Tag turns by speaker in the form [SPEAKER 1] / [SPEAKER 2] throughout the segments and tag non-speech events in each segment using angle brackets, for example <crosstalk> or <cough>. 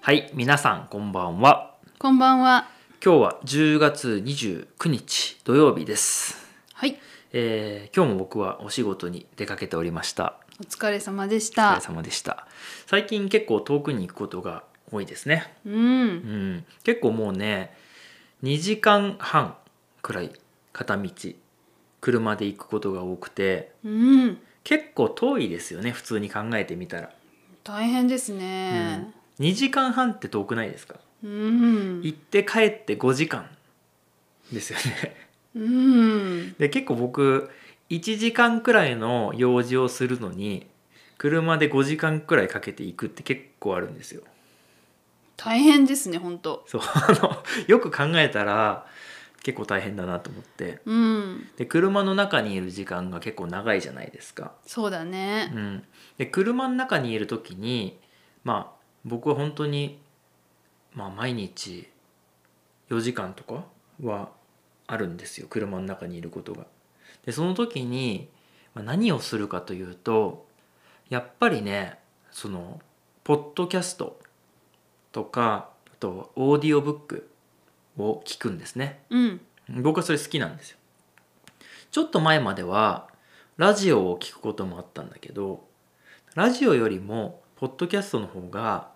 [SPEAKER 1] はい、皆さんこんばんは。
[SPEAKER 2] こんばんは。
[SPEAKER 1] 今日は10月29日土曜日です。
[SPEAKER 2] はい、
[SPEAKER 1] えー今日も僕はお仕事に出かけておりました。
[SPEAKER 2] お疲れ様でし
[SPEAKER 1] お疲れ
[SPEAKER 2] た。
[SPEAKER 1] 様でした。最近結構遠くに行くことが多いですね。
[SPEAKER 2] う、
[SPEAKER 1] うんん、結構もうね、2時間半くらい片道車で行くことが多くて、
[SPEAKER 2] うん、
[SPEAKER 1] 結構遠いですよね。普通に考えてみたら。
[SPEAKER 2] 大変です
[SPEAKER 1] うん
[SPEAKER 2] ね。
[SPEAKER 1] 2時間半って遠くないですか？
[SPEAKER 2] うん、
[SPEAKER 1] 行って帰って5時間ですよね
[SPEAKER 2] うん、
[SPEAKER 1] で結構僕1時間くらいの用事をするのに車で5時間くらいかけて行くって結構あるんですよ
[SPEAKER 2] 大変ですね、本当。
[SPEAKER 1] そうあの <laughs> よく考えたら結構大変だなと思って
[SPEAKER 2] うん、
[SPEAKER 1] で車の中にいる時間が結構長いじゃないですか、
[SPEAKER 2] そうだ
[SPEAKER 1] う
[SPEAKER 2] ね。
[SPEAKER 1] ん、で車の中にいる時にまあ僕は本当にまあ毎日4時間とかはあるんですよ車の中にいることが。でその時にまあ何をするかというとやっぱりねそのポッドキャストとかあとオーディオブックを聞くんですね。
[SPEAKER 2] うん、
[SPEAKER 1] 僕はそれ好きなんですよ。ちょっと前まではラジオを聞くこともあったんだけどラジオよりもポッドキャストの方が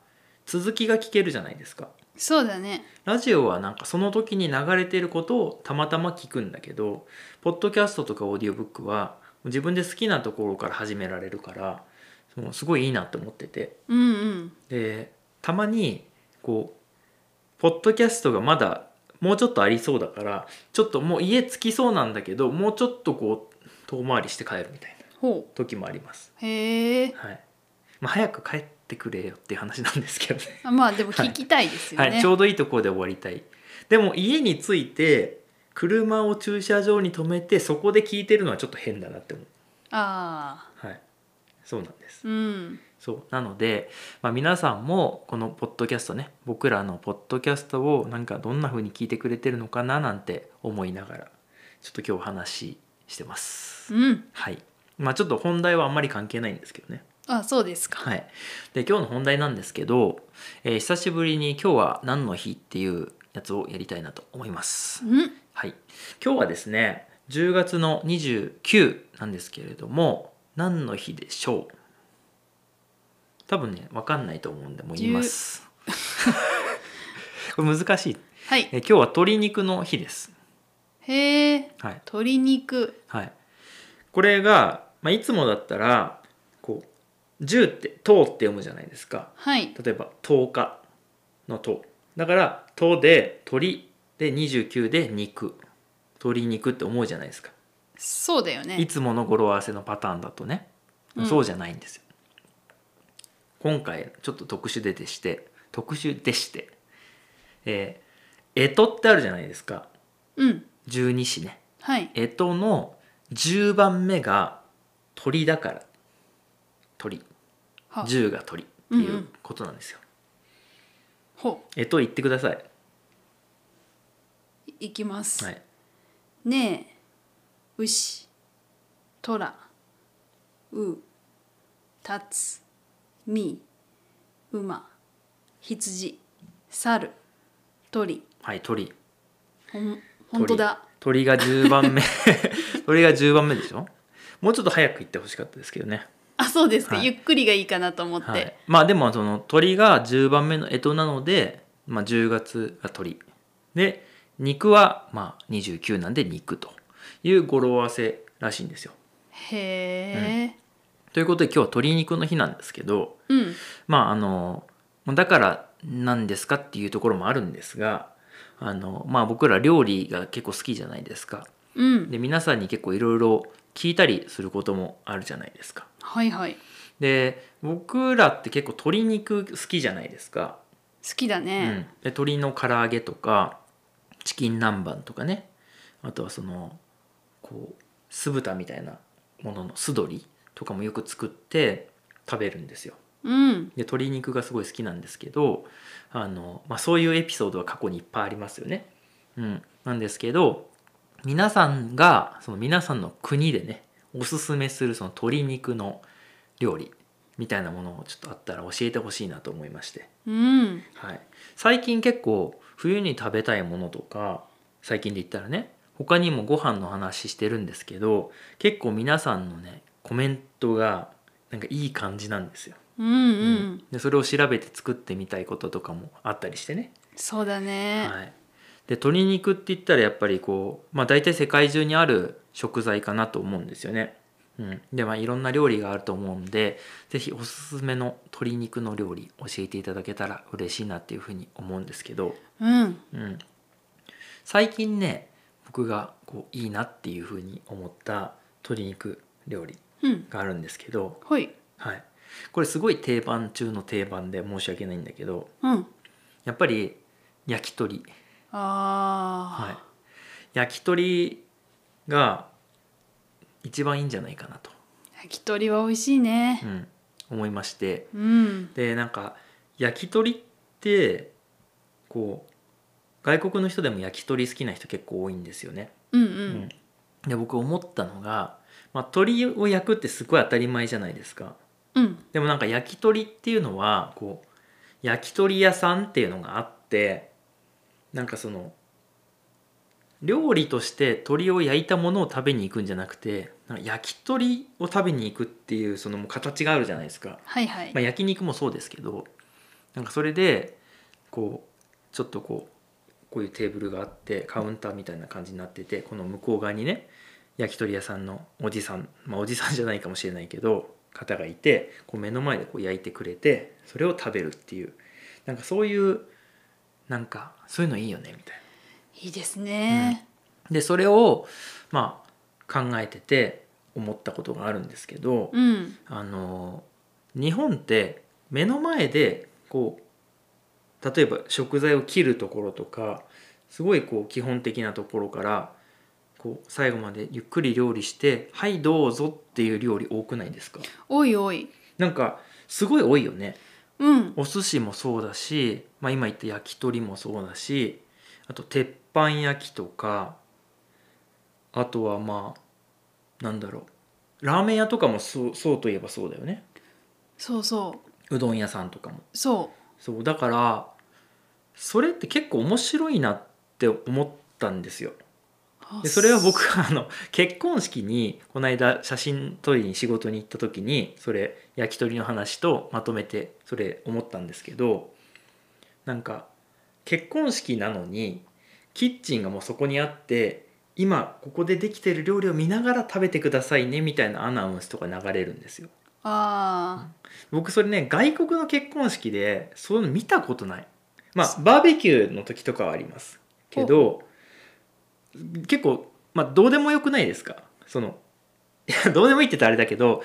[SPEAKER 1] 続きが聞けるじゃないですか。
[SPEAKER 2] そうだね。
[SPEAKER 1] ラジオはなんかその時に流れてることをたまたま聞くんだけどポッドキャストとかオーディオブックは自分で好きなところから始められるからそのすごいいいなと思ってて
[SPEAKER 2] うん、うん、
[SPEAKER 1] でたまにこうポッドキャストがまだもうちょっとありそうだからちょっともう家着きそうなんだけどもうちょっとこう遠回りして帰るみたいな
[SPEAKER 2] ほ
[SPEAKER 1] 時もあります、
[SPEAKER 2] う、へえ。
[SPEAKER 1] はいまあ、早く帰ってくれよっていう話なんですけどね
[SPEAKER 2] あまあ、でも聞きたいですよ
[SPEAKER 1] はい、
[SPEAKER 2] ね
[SPEAKER 1] ち。ょうどいいところで終わりたいでも家に着いて車を駐車場に止めてそこで聞いてるのはちょっと変だなって思う、
[SPEAKER 2] ああ、
[SPEAKER 1] はい、そうなんです
[SPEAKER 2] うん、
[SPEAKER 1] そうなので、まあ、皆さんもこのポッドキャストね僕らのポッドキャストをなんかどんな風に聞いてくれてるのかななんて思いながらちょっと今日お話ししてます、
[SPEAKER 2] うん、
[SPEAKER 1] はいまあちょっと本題はあんまり関係ないんですけどね
[SPEAKER 2] あ、そうですか。
[SPEAKER 1] はい、で今日の本題なんですけど、えー久しぶりに「今日は何の日?」っていうやつをやりたいなと思います。
[SPEAKER 2] うん、
[SPEAKER 1] はい、今日はですね10月の29なんですけれども何の日でしょう多分ね分かんないと思うんでもう言います。 <laughs> これ難しい、
[SPEAKER 2] はい、
[SPEAKER 1] えー今日は鶏肉の日です。
[SPEAKER 2] へえ。
[SPEAKER 1] はい
[SPEAKER 2] 鶏肉、
[SPEAKER 1] はい、これが、まあ、いつもだったらこう「10」って「とう」って読むじゃないですか。
[SPEAKER 2] はい、
[SPEAKER 1] 例えば10日の「と」だから「と」で「鳥」で29で「肉」鶏肉って思うじゃないですか
[SPEAKER 2] そうだよ
[SPEAKER 1] い
[SPEAKER 2] ね。
[SPEAKER 1] つもの語呂合わせのパターンだとね、
[SPEAKER 2] うん
[SPEAKER 1] そうじゃないんですよ今回ちょっと特殊ででして特殊でしてえー、えとってあるじゃないですか
[SPEAKER 2] うん、
[SPEAKER 1] 十二支ね
[SPEAKER 2] はい、
[SPEAKER 1] えとの10番目が鳥だから鳥
[SPEAKER 2] は、
[SPEAKER 1] 10が鳥っていうん
[SPEAKER 2] う
[SPEAKER 1] うんことなんですよ、
[SPEAKER 2] ほ
[SPEAKER 1] えと言ってください、
[SPEAKER 2] う、いきます。
[SPEAKER 1] はい、
[SPEAKER 2] ねえ牛とらうたつみ馬羊猿鳥
[SPEAKER 1] はい鳥
[SPEAKER 2] ほんほんとだ
[SPEAKER 1] 鳥が10番 <laughs> 目鳥が10番目でしょもうちょっと早く行ってほしかったですけどね、
[SPEAKER 2] あそうですか、
[SPEAKER 1] はい
[SPEAKER 2] ゆっくりがいいかなと思って、
[SPEAKER 1] はい、まあでもその鳥が10番目の干支なので、まあ、10月が鳥で肉はまあ29なんで肉という語呂合わせらしいんですよ
[SPEAKER 2] へえ
[SPEAKER 1] ということで今日は鶏肉の日なんですけど
[SPEAKER 2] うん、
[SPEAKER 1] まああのだから何ですかっていうところもあるんですがあのまあ僕ら料理が結構好きじゃないですか
[SPEAKER 2] うん
[SPEAKER 1] で皆さんに結構いろいろ聞いたりすることもあるじゃないですか
[SPEAKER 2] はいはい好
[SPEAKER 1] で僕らって結構鶏肉好きじゃないですか、
[SPEAKER 2] きだ
[SPEAKER 1] うん
[SPEAKER 2] ね
[SPEAKER 1] で鶏の唐揚げとかチキン南蛮とかねあとはそのこう酢豚みたいなものの酢鶏とかもよく作って食べるんですよ
[SPEAKER 2] うん、
[SPEAKER 1] で鶏肉がすごい好きなんですけどあの、まあ、そういうエピソードは過去にいっぱいありますよね。うん、なんですけど皆さんがその皆さんの国でねおすすめするその鶏肉の料理みたいなものをちょっとあったら教えてほしいなと思いまして、
[SPEAKER 2] うん
[SPEAKER 1] はい、最近結構冬に食べたいものとか最近で言ったらね他にもご飯の話してるんですけど結構皆さんのねコメントがなんかいい感じなんですよ、
[SPEAKER 2] うんう
[SPEAKER 1] うんでそれを調べて作ってみたいこととかもあったりしてね
[SPEAKER 2] そうだね
[SPEAKER 1] はい、で鶏肉って言ったらやっぱりこう、まあ、大体世界中にある食材かなと思うんですよね。うん、でまあいろんな料理があると思うんで是非おすすめの鶏肉の料理教えていただけたら嬉しいなっていうふうに思うんですけど、
[SPEAKER 2] うん
[SPEAKER 1] うん、最近ね僕がこういいなっていうふうに思った鶏肉料理
[SPEAKER 2] うん
[SPEAKER 1] があるんですけど、
[SPEAKER 2] ほい
[SPEAKER 1] はい、これすごい定番中の定番で申し訳ないんだけど
[SPEAKER 2] うん
[SPEAKER 1] やっぱり焼き鳥。はい
[SPEAKER 2] あ、
[SPEAKER 1] 焼き鳥が一番いいんじゃないかなと、
[SPEAKER 2] ー焼き鳥は美味しいね
[SPEAKER 1] うん、思いまして
[SPEAKER 2] うん
[SPEAKER 1] でなんか焼き鳥ってこう外国の人でも焼き鳥好きな人結構多いんですよね。
[SPEAKER 2] うんう
[SPEAKER 1] うん
[SPEAKER 2] ん
[SPEAKER 1] で僕思ったのが、まあ、鳥を焼くってすごい当たり前じゃないですか。
[SPEAKER 2] うん
[SPEAKER 1] でもなんか焼き鳥っていうのはこう焼き鳥屋さんっていうのがあってなんかその料理として鳥を焼いたものを食べに行くんじゃなくてなんか焼き鳥を食べに行くっていうそのもう形があるじゃないですか、
[SPEAKER 2] はいはい
[SPEAKER 1] まあ、焼肉もそうですけどなんかそれでこうちょっとこうこういうテーブルがあってカウンターみたいな感じになっててこの向こう側にね焼き鳥屋さんのおじさんまあおじさんじゃないかもしれないけど方がいてこう目の前でこう焼いてくれてそれを食べるっていうなんかそういうなんかそういうのいいよねみたいな。
[SPEAKER 2] いいですね
[SPEAKER 1] でそれをまあ考えてて思ったことがあるんですけど、
[SPEAKER 2] うん
[SPEAKER 1] あの日本って目の前でこう例えば食材を切るところとかすごいこう基本的なところからこう最後までゆっくり料理して「はいどうぞ」っていう料理多くないですか
[SPEAKER 2] おいおい
[SPEAKER 1] なんかすごい多いよね。
[SPEAKER 2] うん
[SPEAKER 1] お寿司もそうだし、まあ、今言った焼き鳥もそうだしあと鉄板焼きとかあとはまあなんだろうラーメン屋とかもそうそうといえばそうだよね。
[SPEAKER 2] そうそう
[SPEAKER 1] うどん屋さんとかも
[SPEAKER 2] そ
[SPEAKER 1] そうだからそれって結構面白いなって思ったんですよ
[SPEAKER 2] う
[SPEAKER 1] でそれは僕があの結婚式にこの間写真撮りに仕事に行った時にそれ焼き鳥の話とまとめてそれ思ったんですけどなんか結婚式なのにキッチンがもうそこにあって今ここでできてる料理を見ながら食べてくださいねみたいなアナウンスとか流れるんですよ
[SPEAKER 2] あ
[SPEAKER 1] 僕それね外国の結婚式でそういうの見たことないまあバーベキューの時とかはありますけど結構まあどうでもよくないですかそのいやどうでもいいって言ったらあれだけど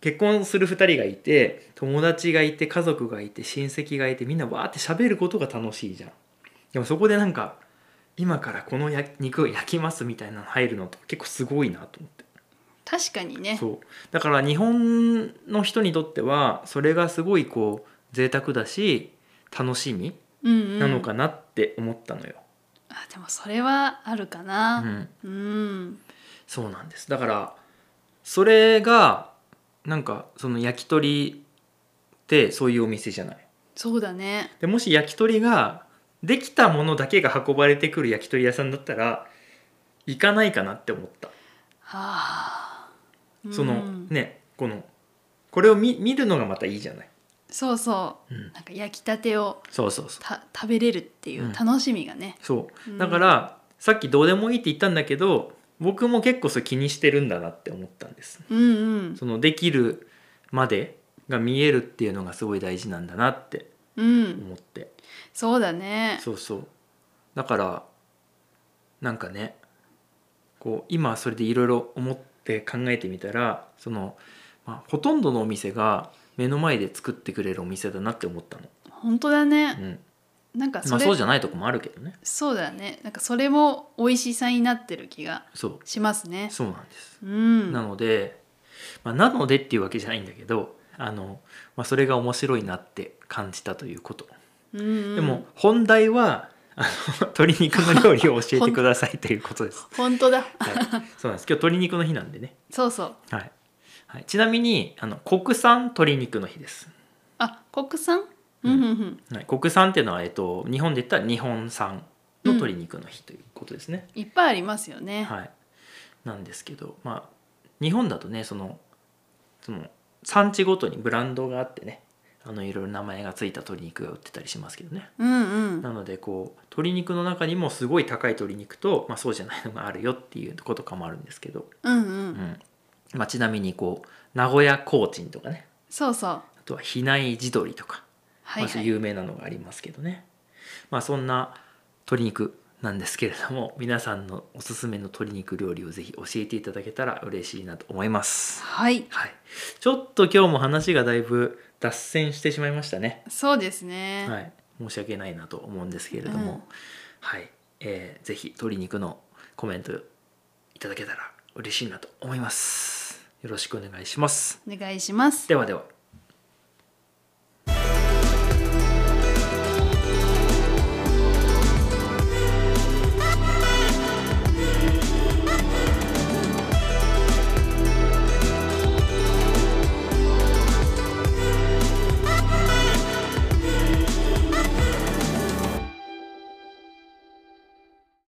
[SPEAKER 1] 結婚する2人がいて友達がいて家族がいて親戚がいてみんなわーって喋ることが楽しいじゃんでもそこでなんか今からこのや肉を焼きますみたいなの入るのと結構すごいなと思って
[SPEAKER 2] あ確かにね
[SPEAKER 1] そうだから日本の人にとってはそれがすごいこう贅沢だし楽しみ
[SPEAKER 2] うんうん
[SPEAKER 1] なのかなって思ったのよ、
[SPEAKER 2] あでもそれはあるか
[SPEAKER 1] う、
[SPEAKER 2] なんうん、
[SPEAKER 1] そうなんですだからそれがなんかその焼き鳥ってそういうお店じゃない
[SPEAKER 2] そうだね
[SPEAKER 1] でもし焼き鳥ができたものだけが運ばれてくる焼き鳥屋さんだったら行かないかなって思った
[SPEAKER 2] はあ
[SPEAKER 1] その、
[SPEAKER 2] うん
[SPEAKER 1] ねこのこれを見見るのがまたいいじゃない、
[SPEAKER 2] そうそう
[SPEAKER 1] うん、
[SPEAKER 2] なんか焼きたてを
[SPEAKER 1] そうそうそう
[SPEAKER 2] た食べれるってい
[SPEAKER 1] うん
[SPEAKER 2] う楽しみがね、
[SPEAKER 1] そう
[SPEAKER 2] うん
[SPEAKER 1] だから、さっきどうでもいいって言ったんだけど僕も結構それ気にしてるんだなって思ったんです
[SPEAKER 2] うん、うん
[SPEAKER 1] そのできるまでが見えるっていうのがすごい大事なんだなって
[SPEAKER 2] うん、
[SPEAKER 1] 思って、
[SPEAKER 2] そうだね
[SPEAKER 1] そうそうだからなんかねこう今それでいろいろ思って考えてみたらその、まあ、ほとんどのお店が目の前で作ってくれるお店だなって思ったの、
[SPEAKER 2] 本当だね、
[SPEAKER 1] うん
[SPEAKER 2] なんかそ
[SPEAKER 1] まあ、
[SPEAKER 2] れ、
[SPEAKER 1] そう
[SPEAKER 2] そう
[SPEAKER 1] じゃないとこもあるけどね
[SPEAKER 2] だねなんかそれも美味しさになってる気が
[SPEAKER 1] そ
[SPEAKER 2] します
[SPEAKER 1] う
[SPEAKER 2] ね
[SPEAKER 1] そうなんです
[SPEAKER 2] うん
[SPEAKER 1] なので、まあ、なのでっていうわけじゃないんだけどあの、まあ、それが面白いなって感じたということ、
[SPEAKER 2] うんうん
[SPEAKER 1] でも本題はあの <laughs> 鶏肉の料理を教えてくだ
[SPEAKER 2] <laughs>
[SPEAKER 1] さいということです、
[SPEAKER 2] 本当だ
[SPEAKER 1] はい、そうなんです今日鶏肉の日なんでね
[SPEAKER 2] そうそう
[SPEAKER 1] はい、はい、ちなみにあの国産鶏肉の日です、
[SPEAKER 2] あ国産うんうんうん
[SPEAKER 1] はい、国産っていうのは、えっと、日本で言ったら日本産の鶏肉の日ということですね、
[SPEAKER 2] いっぱいありますよね、
[SPEAKER 1] はい、なんですけど、まあ、日本だとねそのその産地ごとにブランドがあってねあのいろいろ名前がついた鶏肉が売ってたりしますけどね
[SPEAKER 2] うんう
[SPEAKER 1] なんのでこう鶏肉の中にもすごい高い鶏肉と、まあ、そうじゃないのがあるよっていうことかもあるんですけど、
[SPEAKER 2] うんう
[SPEAKER 1] うんんまあ、ちなみにこう名古屋コーチンとかね
[SPEAKER 2] そうそう
[SPEAKER 1] あとは比内地鶏とか、
[SPEAKER 2] はい
[SPEAKER 1] まあそ
[SPEAKER 2] は
[SPEAKER 1] う
[SPEAKER 2] い、
[SPEAKER 1] 有名なのがありますけどね、まあ、そんな鶏肉なんですけれども <laughs> 皆さんのおすすめの鶏肉料理をぜひ教えていただけたら嬉しいなと思います、
[SPEAKER 2] はい
[SPEAKER 1] はい、ちょっと今日も話がだいぶ脱線してしまいましたね
[SPEAKER 2] そうですね、
[SPEAKER 1] はい、申し訳ないなと思うんですけれども、
[SPEAKER 2] うん
[SPEAKER 1] はい、えーぜひ鶏肉のコメントいただけたら嬉しいなと思います。よろしくお願いします。
[SPEAKER 2] お願いします
[SPEAKER 1] ではでは。